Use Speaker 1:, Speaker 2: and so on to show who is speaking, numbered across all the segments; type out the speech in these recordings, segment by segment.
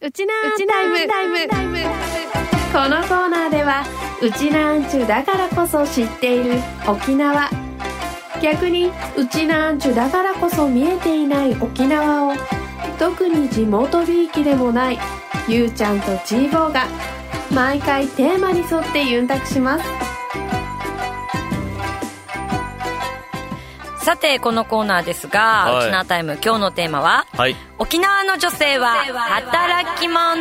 Speaker 1: うちなーんタイムこのコーナーではうちなーんちゅだからこそ知っている沖縄逆にうちなーんちゅだからこそ見えていない沖縄を特に地元びいきでもないゆうちゃんとちーぼーが毎回テーマに沿ってゆんたくします
Speaker 2: さてこのコーナーですが、
Speaker 3: はい
Speaker 2: 沖縄タイム今日のテーマは
Speaker 3: はい。
Speaker 2: 沖縄の女性は働き者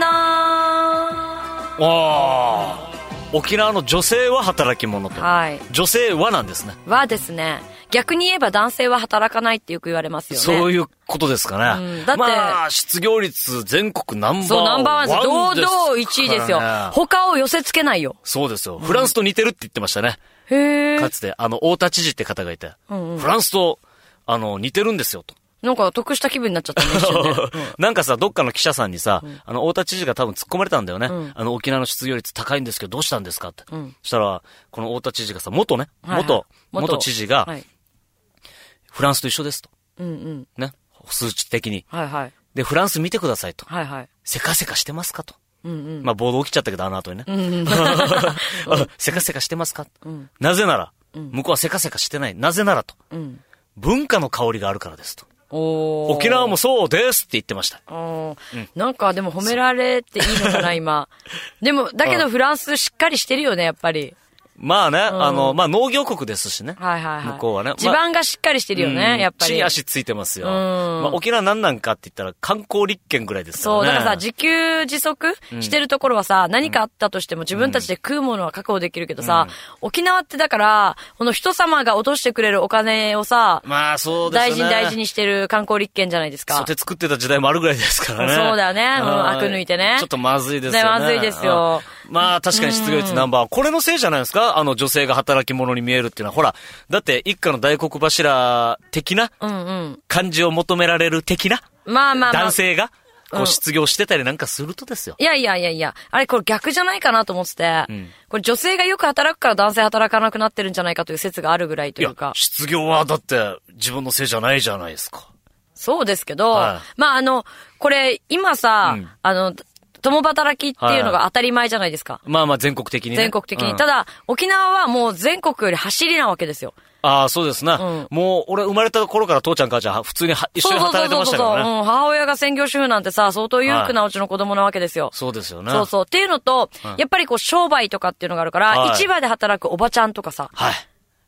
Speaker 3: あー沖縄の女性は働き者と。
Speaker 2: はい
Speaker 3: 女性はなんですね。
Speaker 2: はですね逆に言えば男性は働かないってよく言われますよね
Speaker 3: そういうことですかね。
Speaker 2: うんだって
Speaker 3: まあ、失業率全国ナンバーワン
Speaker 2: そうナンバーワンです堂々
Speaker 3: です
Speaker 2: 1位ですよ
Speaker 3: からね
Speaker 2: 他を寄せ付けないよ
Speaker 3: そうですよ。フランスと似てるって言ってましたね。
Speaker 2: へえ
Speaker 3: かつて、あの、太田知事って方がいて、
Speaker 2: んうん
Speaker 3: フランスと、あの、似てるんですよ、と。
Speaker 2: なんか得した気分になっちゃったね一瞬ね
Speaker 3: なんかさ、どっかの記者さんにさ、あの、太田知事が多分突っ込まれたんだよね。
Speaker 2: ん
Speaker 3: あの、沖縄の失業率高いんですけど、どうしたんですかって。
Speaker 2: ん
Speaker 3: そしたら、この太田知事がさ、元ね、
Speaker 2: はいはい
Speaker 3: 元、元知事が、
Speaker 2: はい
Speaker 3: フランスと一緒ですと。
Speaker 2: うんうん
Speaker 3: ね。数値的に。
Speaker 2: はいはい
Speaker 3: で、フランス見てくださいと。
Speaker 2: はいはい
Speaker 3: せかせかしてますかと。
Speaker 2: うんうん
Speaker 3: まあ、暴動起きちゃったけど、あの後にね。
Speaker 2: う んうん
Speaker 3: あせかせかしてますか、なぜなら、向こうはせかせかしてない。なぜならと。
Speaker 2: うん
Speaker 3: 文化の香りがあるからですと。
Speaker 2: おー
Speaker 3: 沖縄もそうですって言ってました。
Speaker 2: あーなんかでも褒められていいのかな、今。でも、だけ
Speaker 3: う
Speaker 2: どフランスしっかりしてるよね、やっぱり。
Speaker 3: まあね、あの、まあ農業国ですしね。
Speaker 2: はいはいはい。
Speaker 3: 向こうはね。
Speaker 2: 地盤がしっかりしてるよ
Speaker 3: うん
Speaker 2: ね、やっぱ
Speaker 3: 地
Speaker 2: り
Speaker 3: に。足ついてますよ。
Speaker 2: うん
Speaker 3: まあ沖縄なんなんかって言ったら観光立県ぐらいですから
Speaker 2: そう、
Speaker 3: ね。
Speaker 2: だからさ、自給自足してるところはさ、何かあったとしても自分たちで食うものは確保できるけどさ、沖縄ってだから、この人様が落としてくれるお金をさ、
Speaker 3: まあそうですね。
Speaker 2: 大事に大事にしてる観光立県じゃないですか
Speaker 3: そう。手作ってた時代もあるぐらいですからね。
Speaker 2: そうだよねうん
Speaker 3: はい
Speaker 2: アク抜いてね
Speaker 3: ちょっとまずいですよね。
Speaker 2: ねまずいですよ
Speaker 3: うん。まあ確かに失業率ナンバーワン。これのせいじゃないですかあの女性が働き者に見えるっていうのは。ほら、だって一家の大黒柱的な
Speaker 2: うんうん。
Speaker 3: 感じを求められる的な
Speaker 2: まあまあまあ。
Speaker 3: 男性が、
Speaker 2: う
Speaker 3: こうん失業してたりなんかするとですよ。
Speaker 2: いやいやいやいや、あれこれ逆じゃないかなと思ってて、
Speaker 3: ん
Speaker 2: これ女性がよく働くから男性働かなくなってるんじゃないかという説があるぐらいとい
Speaker 3: いや
Speaker 2: うか、、
Speaker 3: 失業はだって自分のせいじゃないじゃないですか。
Speaker 2: そうですけど、
Speaker 3: は
Speaker 2: まああの、これ今さ、
Speaker 3: うん
Speaker 2: あの、共働きっていうのが当たり前じゃないですか。
Speaker 3: まあまあ全国的にね。
Speaker 2: 全国的に。
Speaker 3: うん
Speaker 2: ただ、沖縄はもう全国より走りなわけですよ。
Speaker 3: ああ、そうですな。
Speaker 2: うん
Speaker 3: もう、俺生まれた頃から父ちゃん母ちゃんは普通には一緒に働いてましたからね。
Speaker 2: うん母親が専業主婦なんてさ、相当裕福なうちの子供なわけですよ。
Speaker 3: そうですよね。
Speaker 2: そうそう。っていうのと、やっぱりこう商売とかっていうのがあるから、
Speaker 3: はい
Speaker 2: 市場で働くおばちゃんとかさ、
Speaker 3: はい。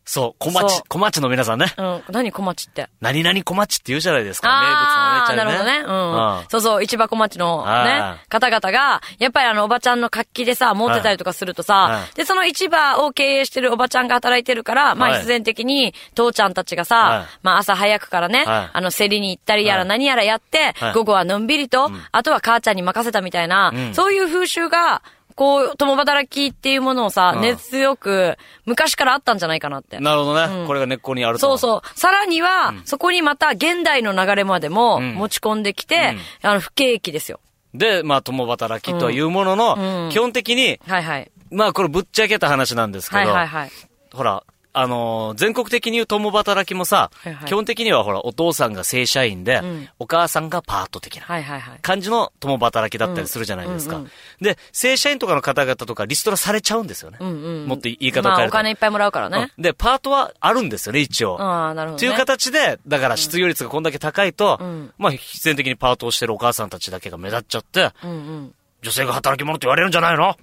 Speaker 3: そう、小
Speaker 2: そう
Speaker 3: 町、小町の皆さんね。
Speaker 2: うん、何小町って。
Speaker 3: 何々小町って言うじゃないですか。
Speaker 2: ああ
Speaker 3: 名物のお姉ちゃんね。
Speaker 2: なるほどね。うん。そうそう、市場小町の
Speaker 3: は
Speaker 2: ね、方々が、やっぱりあの、おばちゃんの活気でさ、持ってたりとかすると
Speaker 3: は
Speaker 2: さ
Speaker 3: い、
Speaker 2: で、その市場を経営してるおばちゃんが働いてるから、ま
Speaker 3: は
Speaker 2: あ、
Speaker 3: い
Speaker 2: 必然的に、父ちゃんたちが
Speaker 3: はい
Speaker 2: さ、まあ、朝早くからね、
Speaker 3: はい
Speaker 2: あの、競りに行ったりや
Speaker 3: は
Speaker 2: ら
Speaker 3: い
Speaker 2: 何やらやって
Speaker 3: はい、
Speaker 2: 午後はのんびりと、あとは母ちゃんに任せたみたいな
Speaker 3: う、ん
Speaker 2: そういう風習が、こう、共働きっていうものをさ
Speaker 3: う、ん
Speaker 2: 根強く、昔からあったんじゃないかなって。
Speaker 3: なるほどね。これが根っこにあると。
Speaker 2: そうそう。さらには、そこにまた現代の流れまでも
Speaker 3: ん
Speaker 2: 持ち込んできて、あの、不景気ですよ。
Speaker 3: で、まあ、共働きというものの、
Speaker 2: うん
Speaker 3: 基本的に、
Speaker 2: はいはい。
Speaker 3: まあ、これぶっちゃけた話なんですけど、
Speaker 2: はいはいはい。
Speaker 3: ほら、あのー全国的に言う共働きもさ、
Speaker 2: はいはい
Speaker 3: 基本的にはほら、お父さんが正社員で、
Speaker 2: ん
Speaker 3: お母さんがパート的な。
Speaker 2: はいはいはい。
Speaker 3: 感じの共働きだったりするじゃないですか。で、正社員とかの方々とかリストラされちゃうんですよね。
Speaker 2: うんうん。
Speaker 3: もっと言い方を
Speaker 2: まあ、
Speaker 3: 変え
Speaker 2: お
Speaker 3: ると。
Speaker 2: 金いっぱいもらうからね。
Speaker 3: うんで、パートはあるんですよね、一応。
Speaker 2: ああ、なるほ
Speaker 3: っ
Speaker 2: ど。
Speaker 3: ていう
Speaker 2: ね
Speaker 3: 形で、だから失業率がこんだけ高いと、
Speaker 2: ん
Speaker 3: まあ必然的にパートをしてるお母さんたちだけが目立っちゃって、
Speaker 2: うんうん。
Speaker 3: 女性が働き者って言われるんじゃないの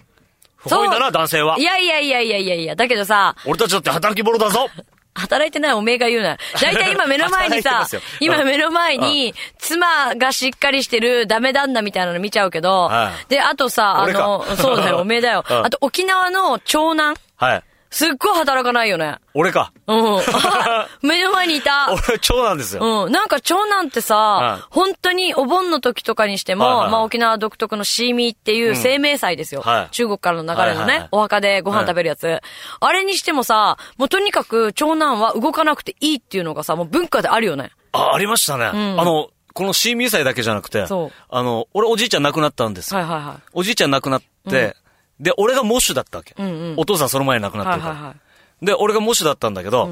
Speaker 3: 不
Speaker 2: そう。
Speaker 3: 本意だな、男性はい
Speaker 2: やいやいやいやいやいや、だけどさ、
Speaker 3: 俺たちだって働き者 だぞ
Speaker 2: 働いてないおめえが言うな。だいたい今目の前に
Speaker 3: 働いてま
Speaker 2: さ
Speaker 3: すよ、うん
Speaker 2: 今目の前に、妻がしっかりしてるダメ旦那みたいなの見ちゃうけど
Speaker 3: は、い
Speaker 2: で、あとさ、あ
Speaker 3: 俺か
Speaker 2: の、そう だよ、おめえだよ。
Speaker 3: うん
Speaker 2: あと沖縄の長男、
Speaker 3: はい。
Speaker 2: すっごい働かないよね。
Speaker 3: 俺か。
Speaker 2: うん。 あ目の前にいた。
Speaker 3: 俺、長男ですよ。
Speaker 2: うん。なんか長男って
Speaker 3: は
Speaker 2: さ
Speaker 3: い、
Speaker 2: 本当にお盆の時とかにしても、
Speaker 3: はいはいはい
Speaker 2: まあ沖縄独特のシーミーっていう生命祭ですよ。
Speaker 3: はい
Speaker 2: 中国からの流れのね、
Speaker 3: はいはいはい
Speaker 2: お墓でご飯食べるやつ、あれにしてもさ、もうとにかく長男は動かなくていいっていうのがさ、もう文化であるよね。
Speaker 3: あ、ありましたね。
Speaker 2: ん
Speaker 3: あの、この新入祭だけじゃなくて、
Speaker 2: そう
Speaker 3: あの、俺おじいちゃん亡くなったんですよ。
Speaker 2: はいはいはい。
Speaker 3: おじいちゃん亡くなって、で、俺が喪主だったわけ、
Speaker 2: んうん
Speaker 3: お父さんその前に亡くなっ
Speaker 2: は
Speaker 3: て
Speaker 2: い
Speaker 3: るから。
Speaker 2: はいはい。
Speaker 3: で、俺が喪主だったんだけど、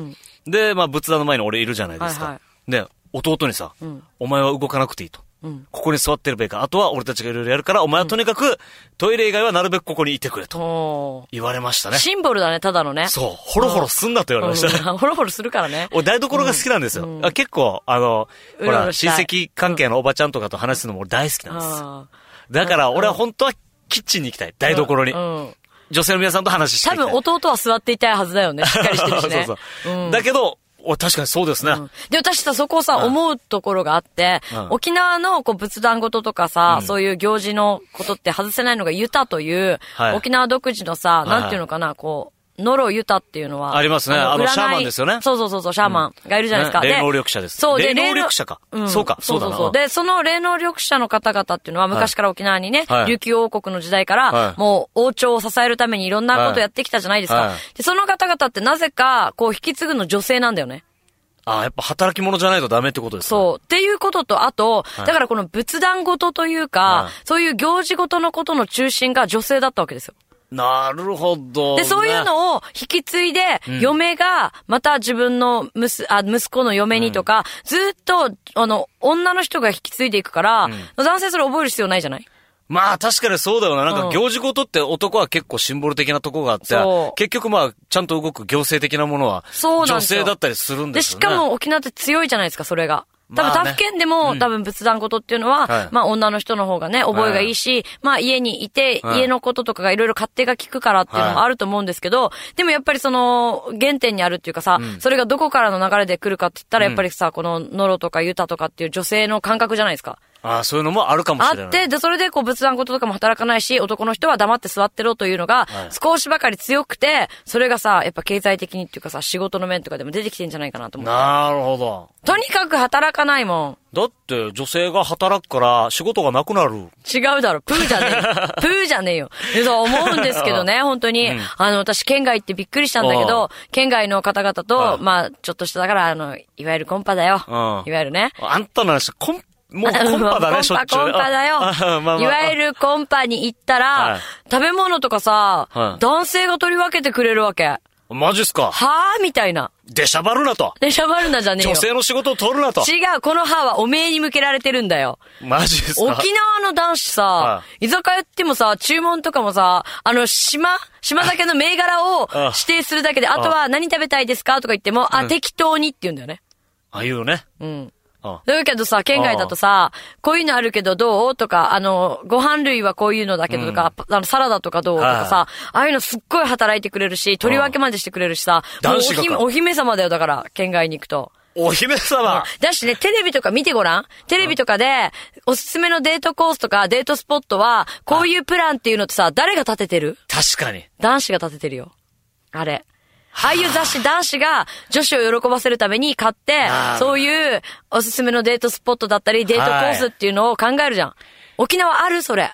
Speaker 3: で、まあ仏壇の前に俺いるじゃないですか。
Speaker 2: はいは
Speaker 3: で、弟にさ、お前は動かなくていいと。
Speaker 2: うん
Speaker 3: ここに座ってればいいから。あとは俺たちがいろいろやるから、お前はとにかく、トイレ以外はなるべくここにいてくれと
Speaker 2: お
Speaker 3: 言われました
Speaker 2: ー
Speaker 3: ね。
Speaker 2: シンボルだね、ただのね。
Speaker 3: そう、ホロホロすんなと言われましたね。
Speaker 2: うんホ ロホロするからね。
Speaker 3: 俺台所が好きなんですよ。あ結構、あの、
Speaker 2: うろ
Speaker 3: ほ
Speaker 2: う
Speaker 3: ら、
Speaker 2: ろし
Speaker 3: 親
Speaker 2: たい
Speaker 3: 戚関係のおばちゃんとかと話すのも俺大好きなんです。
Speaker 2: あー
Speaker 3: だから俺は本当はキッチンに行きたい。台所に
Speaker 2: う。ん
Speaker 3: 女性の皆さんと話して
Speaker 2: 多
Speaker 3: いきたい。
Speaker 2: 分弟は座っていたいはずだよね。しっかりしてるしね。
Speaker 3: そうそうう。
Speaker 2: ん
Speaker 3: だけど、お確かにそうですね。
Speaker 2: うんで、私さ、そこをさ、思うところがあって、
Speaker 3: うん
Speaker 2: 沖縄のこう仏壇ごととかさ、
Speaker 3: うん
Speaker 2: そういう行事のことって外せないのがユタという、
Speaker 3: はい
Speaker 2: 沖縄独自のさ、
Speaker 3: い
Speaker 2: なんていうのかな、こう、ノロユタっていうのは。
Speaker 3: ありますねあの
Speaker 2: 占い
Speaker 3: シャーマンですよね
Speaker 2: そうそうそうそう、シャーマンがいるじゃないですか。
Speaker 3: ね
Speaker 2: で
Speaker 3: 霊能力者です
Speaker 2: そう、で
Speaker 3: 霊能力者か
Speaker 2: 霊能
Speaker 3: そうかそうだな
Speaker 2: で、その霊能力者の方々っていうのは昔から沖縄にね、
Speaker 3: はい
Speaker 2: 琉球王国の時代か
Speaker 3: は
Speaker 2: ら、
Speaker 3: い
Speaker 2: もう王朝を支えるためにいろんなことやってきたじゃないですか。
Speaker 3: はい
Speaker 2: で、その方々ってなぜか、こう、引き継ぐの女性なんだよね。
Speaker 3: ああ、やっぱ働き者じゃないとダメってことですね。
Speaker 2: そう。っていうことと、あと、
Speaker 3: い
Speaker 2: だからこの仏壇ごとというか、
Speaker 3: はい
Speaker 2: そういう行事ごとのことの中心が女性だったわけですよ。
Speaker 3: なるほど、ね。
Speaker 2: で、そういうのを引き継いで、
Speaker 3: うん
Speaker 2: 嫁が、また自分の息あ息子の嫁にとか、ずーっと、あの、女の人が引き継いでいくから、男性それ覚える必要ないじゃない
Speaker 3: まあ確かにそうだよな。なん
Speaker 2: う
Speaker 3: か
Speaker 2: ん
Speaker 3: 行事ごとって男は結構シンボル的なとこがあって
Speaker 2: そ、う
Speaker 3: 結局まあちゃんと動く行政的なものは、
Speaker 2: そうなん
Speaker 3: 女
Speaker 2: ですよ
Speaker 3: 性だったりするん
Speaker 2: で、
Speaker 3: です
Speaker 2: し
Speaker 3: よね。
Speaker 2: かも沖縄って強いじゃないですか、それが。多分、
Speaker 3: ま
Speaker 2: 他
Speaker 3: あね
Speaker 2: 府県でも、
Speaker 3: うん
Speaker 2: 多分仏壇事っていうのは、
Speaker 3: はい
Speaker 2: まあ女の人の方がね、覚えがいいし、まあ家にいて、
Speaker 3: はい
Speaker 2: 家のこととかがいろいろ勝手が利くからっていうのも
Speaker 3: はい
Speaker 2: あると思うんですけど、でもやっぱりその、原点にあるっていうかさ、それがどこからの流れで来るかって言ったら、やっぱりさ、このノロとかユタとかっていう女性の感覚じゃないですか。
Speaker 3: ああ、そういうのもあるかもしれない。
Speaker 2: あって、で、それでこう仏壇事とかも働かないし、男の人は黙って座ってろというのが
Speaker 3: はい、
Speaker 2: 少しばかり強くて、それがさ、やっぱ経済的にっていうかさ、仕事の面とかでも出てきてんじゃないかなと思って。
Speaker 3: なるほど。
Speaker 2: とにかく働かないもん。
Speaker 3: だって女性が働くから仕事がなくなる。
Speaker 2: 違うだろ、プーじゃね えよ。プーじゃねえよ。でそう思うんですけどね、本当に。あの、私、県外行ってびっくりしたんだけ
Speaker 3: ああ
Speaker 2: ど、県外の方々と、
Speaker 3: はい
Speaker 2: まあ、ちょっとしただから、あの、いわゆるコンパだよ。
Speaker 3: うん
Speaker 2: いわゆるね。
Speaker 3: あんたの話、コン、 もうコンパだね、しょっちゅう。
Speaker 2: コンパ、コンパだよ。
Speaker 3: ああ まあまあ
Speaker 2: いわゆるコンパに行ったら、
Speaker 3: はい
Speaker 2: 食べ物とかさ、
Speaker 3: はい
Speaker 2: 男性が取り分けてくれるわけ。は
Speaker 3: マジっすか。
Speaker 2: ぁみたいな。
Speaker 3: でしゃばるなと。
Speaker 2: で、しゃばるなじゃねえよ。
Speaker 3: 女性の仕事を取るなと。
Speaker 2: 違う、この歯はおめえに向けられてるんだよ。
Speaker 3: マジっすか。
Speaker 2: 沖縄の男子さ、
Speaker 3: は
Speaker 2: 居酒屋行ってもさ、注文とかもさ、あの、島、島酒の銘柄を
Speaker 3: ああ
Speaker 2: 指定するだけで、あとは何食べたいですかとか言っても、あ、適当にって言うんだよね。
Speaker 3: ああいうよね。
Speaker 2: うん。
Speaker 3: あ
Speaker 2: だけどさ、県外だとさ、こういうのあるけどどうとか、あの、ご飯類はこういうのだけどとか、あの、サラダとかどうとかさ、ああいうのすっごい働いてくれるし、取り分けまでしてくれるしさ、
Speaker 3: あ
Speaker 2: もうお
Speaker 3: 男子が
Speaker 2: 姫
Speaker 3: か
Speaker 2: お姫様だよ、だから、県外に行くと。
Speaker 3: お姫様。
Speaker 2: だしね、テレビとか見てごらん。テレビとかで、おすすめのデートコースとかデートスポットは、こういうプランっていうのってさ、誰が立ててる
Speaker 3: 確かに。
Speaker 2: 男子が立ててるよ。あれ。ああいう雑誌男子が女子を喜ばせるために買って
Speaker 3: あー、
Speaker 2: そういうおすすめのデートスポットだったり、デートコースっていうのを考えるじゃん。沖縄あるそれ。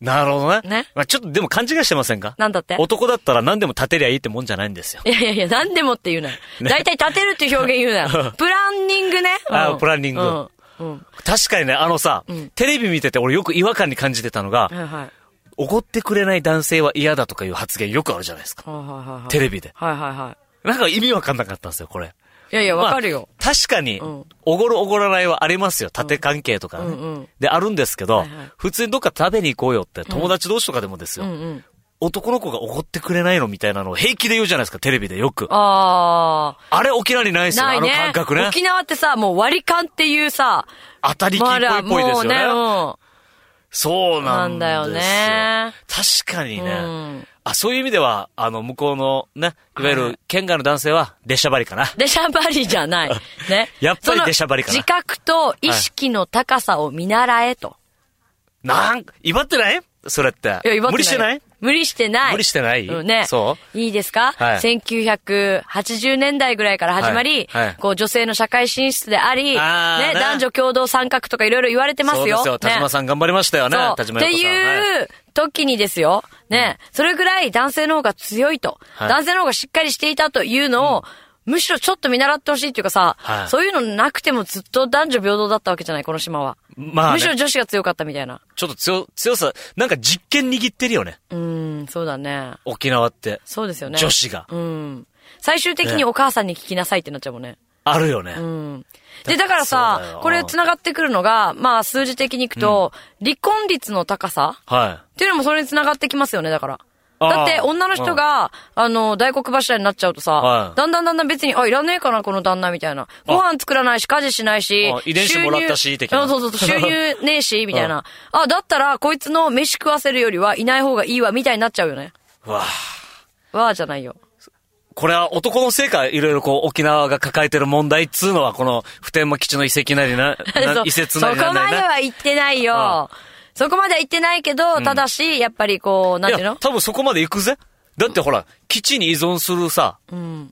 Speaker 3: なるほどね。
Speaker 2: ね
Speaker 3: まあちょっとでも勘違いしてませんか
Speaker 2: なんだって
Speaker 3: 男だったら何でも立てりゃいいってもんじゃないんですよ。
Speaker 2: いやいやいや、何でもって言うなよ。
Speaker 3: ね
Speaker 2: 大体立てるっていう表現言うな よ。プランニングね。
Speaker 3: あー
Speaker 2: うん
Speaker 3: プランニング
Speaker 2: うん。うん。
Speaker 3: 確かにね、あのさ、
Speaker 2: ん
Speaker 3: テレビ見てて俺よく違和感に感じてたのが、
Speaker 2: はいはい。はい
Speaker 3: おごってくれない男性は嫌だとかいう発言よくあるじゃないですか。
Speaker 2: はいはいはい。
Speaker 3: テレビで。
Speaker 2: はいはいはい。
Speaker 3: なんか意味わかんなかったんですよ、これ。
Speaker 2: いやいや、わかるよ。
Speaker 3: まあ確かに
Speaker 2: うん、
Speaker 3: おごるおごらないはありますよ。縦関係とかね、
Speaker 2: うんうん
Speaker 3: で、あるんですけど、
Speaker 2: はいはい
Speaker 3: 普通にどっか食べに行こうよって、友達同士とかでもですよ。
Speaker 2: うんうん。
Speaker 3: 男の子がおごってくれないのみたいなのを平気で言うじゃないですか、テレビでよく。あ
Speaker 2: あ
Speaker 3: れ沖縄にないで
Speaker 2: ー。
Speaker 3: すよ、
Speaker 2: な
Speaker 3: あ
Speaker 2: い
Speaker 3: の
Speaker 2: ね。
Speaker 3: 感覚ね。
Speaker 2: 沖縄ってさ、もう割り勘っていうさ、
Speaker 3: 当たりきっぽいっぽいですよね。
Speaker 2: も
Speaker 3: そうなんですよ。
Speaker 2: なんだよね
Speaker 3: 確かにね、
Speaker 2: うん
Speaker 3: あ、そういう意味では、あの、向こうのね、いわゆ
Speaker 2: はい
Speaker 3: る県外の男性は、列車張りかな。
Speaker 2: う、出しゃばりじゃ ない。ね。
Speaker 3: やっぱり
Speaker 2: その
Speaker 3: 出しゃばりかな
Speaker 2: 自覚と意識の高さを見習えと。
Speaker 3: なんか、威張ってないそれって。
Speaker 2: いや、威張ってない。
Speaker 3: 無理してない
Speaker 2: 無理してない。
Speaker 3: 無理してない
Speaker 2: うんね。。
Speaker 3: そう
Speaker 2: いいですか
Speaker 3: はい
Speaker 2: ?1980 年代ぐらいから始まり、
Speaker 3: はいはい
Speaker 2: こう女性の社会進出であり、ね、
Speaker 3: あーね
Speaker 2: 男女共同参画とかいろいろ言われてますよ。
Speaker 3: そうですよ。田
Speaker 2: ね
Speaker 3: 島さん頑張りましたよね。
Speaker 2: そう。
Speaker 3: 田島
Speaker 2: っ
Speaker 3: よ
Speaker 2: て
Speaker 3: こさん。はい
Speaker 2: いう時にですよ。ね、それぐらい男性の方が強いと、
Speaker 3: はい
Speaker 2: 男性の方がしっかりしていたというのを、むしろちょっと見習ってほしいっていうかさ、
Speaker 3: はい
Speaker 2: そういうのなくてもずっと男女平等だったわけじゃない、この島は。
Speaker 3: まあ、
Speaker 2: むしろ
Speaker 3: ね、
Speaker 2: 女子が強かったみたいな。
Speaker 3: ちょっと強、強さ、なんか実験握ってるよね。
Speaker 2: うーん、そうだね。
Speaker 3: 沖縄って。
Speaker 2: そうですよね。
Speaker 3: 女子が。
Speaker 2: うん。最終的にお母さんに聞きなさいってなっちゃうもんね。
Speaker 3: あるよね。
Speaker 2: うん。で、だからさ
Speaker 3: そうだよ、
Speaker 2: これ繋がってくるのが、まあ数字的にいくと、離婚率の高さ
Speaker 3: は
Speaker 2: っていうのもそれに繋がってきますよね、だから。
Speaker 3: あー
Speaker 2: だって、女の人が、あの、大黒柱になっちゃうとさ、
Speaker 3: はい
Speaker 2: だんだんだんだん別に、あ、いらねえかな、この旦那、みたいな。ご飯作らないし、家事しないし
Speaker 3: あ、遺伝子もらったし
Speaker 2: 収入
Speaker 3: 的な
Speaker 2: そうそうそう、収入ねえし、みたい な。あ、だったら、こいつの飯食わせるよりはいない方がいいわ、みたいになっちゃうよね。
Speaker 3: い。わあ。
Speaker 2: わーじゃないよ。
Speaker 3: これは男のせいか、いろいろこう、沖縄が抱えてる問題っつうのは、この、普天間基地の遺跡なりな、な
Speaker 2: そ
Speaker 3: 遺説なり
Speaker 2: そ
Speaker 3: な
Speaker 2: こ
Speaker 3: んな
Speaker 2: ま
Speaker 3: り
Speaker 2: で
Speaker 3: な。
Speaker 2: は言ってない
Speaker 3: あ
Speaker 2: よ。そこまでは言ってないけど、ただし、やっぱりこう、なんていうの
Speaker 3: 多分そこまで行くぜ。だってほら、基地に依存するさ、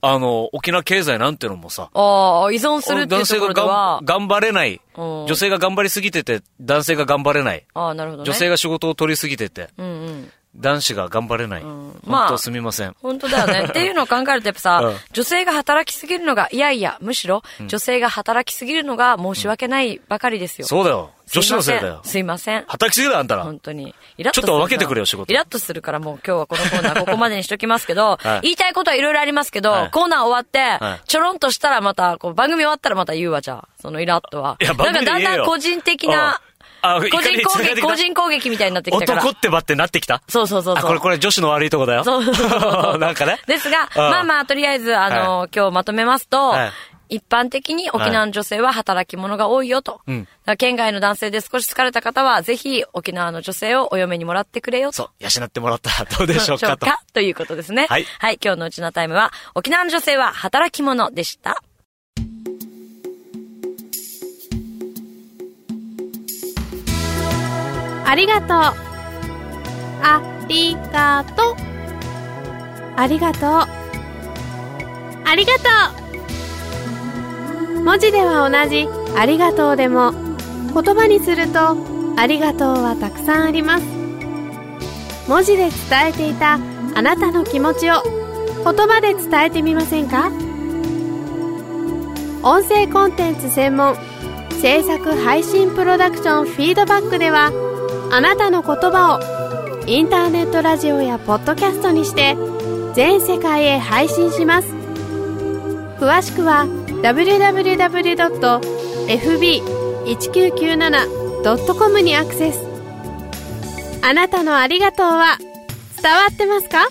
Speaker 3: あの、沖縄経済なんてのもさ、
Speaker 2: ああ、依存するっていう
Speaker 3: 男
Speaker 2: と
Speaker 3: 性
Speaker 2: ころ
Speaker 3: が
Speaker 2: で
Speaker 3: が
Speaker 2: は
Speaker 3: ん、頑張れない。
Speaker 2: うん
Speaker 3: 女性が頑張りすぎてて、男性が頑張れない。
Speaker 2: ああ、なるほどね。
Speaker 3: 女性が仕事を取りすぎてて、
Speaker 2: うんうん。
Speaker 3: 男子が頑張れない。
Speaker 2: まあ
Speaker 3: 本当すみません。
Speaker 2: 本当だよ ね。っていうのを考えるとやっぱさ、
Speaker 3: うん
Speaker 2: 女性が働きすぎるのが、いやいや、むしろ、女性が働きすぎるのが申し訳ないばかりですよ。
Speaker 3: そうだよ。女子のせいだよ。
Speaker 2: すいません。すいません
Speaker 3: 働きすぎだよ、あんたら。
Speaker 2: 本当に。イラッとするな
Speaker 3: ちょっと分けてくれよ仕事
Speaker 2: イラッとするからもう今日はこのコーナーここまでにしときますけど、
Speaker 3: はい
Speaker 2: 言いたいことはいろいろありますけど、
Speaker 3: はい
Speaker 2: コーナー終わって、
Speaker 3: はい
Speaker 2: ちょろんとしたらまた、こう番組終わったらまた言うわ、じゃあ。そのイラッとは。
Speaker 3: いや番
Speaker 2: なん
Speaker 3: 組
Speaker 2: か
Speaker 3: で
Speaker 2: だん
Speaker 3: 言えよ
Speaker 2: だん個人的な、
Speaker 3: あ、
Speaker 2: 個
Speaker 3: 怒り
Speaker 2: 人攻
Speaker 3: に繋がって
Speaker 2: 撃、
Speaker 3: きた
Speaker 2: 個人攻撃みたいになってきたから。
Speaker 3: 男ってばってなってきた
Speaker 2: そうそうそう
Speaker 3: あ、
Speaker 2: そう。
Speaker 3: これ、これ女子の悪いとこだよ。
Speaker 2: そうそうそうそう
Speaker 3: なんかね。
Speaker 2: ですが、まあまあ、とりあえず、あの、今日まとめますと、
Speaker 3: はい
Speaker 2: 一般的に沖縄の女性は働き者が多いよと。
Speaker 3: うん
Speaker 2: だから県外の男性で少し疲れた方は、ぜひ沖縄の女性をお嫁にもらってくれよ
Speaker 3: そう
Speaker 2: と。、
Speaker 3: 養ってもらったらどうでしょうかと。
Speaker 2: ということですね。
Speaker 3: はい
Speaker 2: はい、今日のうちのタイムは、沖縄の女性は働き者でした。
Speaker 1: ありがとう。ありがとう。ありがとう。ありがとう。文字では同じありがとうでも言葉にするとありがとうはたくさんあります。文字で伝えていたあなたの気持ちを言葉で伝えてみませんか音声コンテンツ専門制作配信プロダクションフィードバックではあなたの言葉をインターネットラジオやポッドキャストにして全世界へ配信します詳しくは www.fb1997.com にアクセスあなたのありがとうは伝わってますか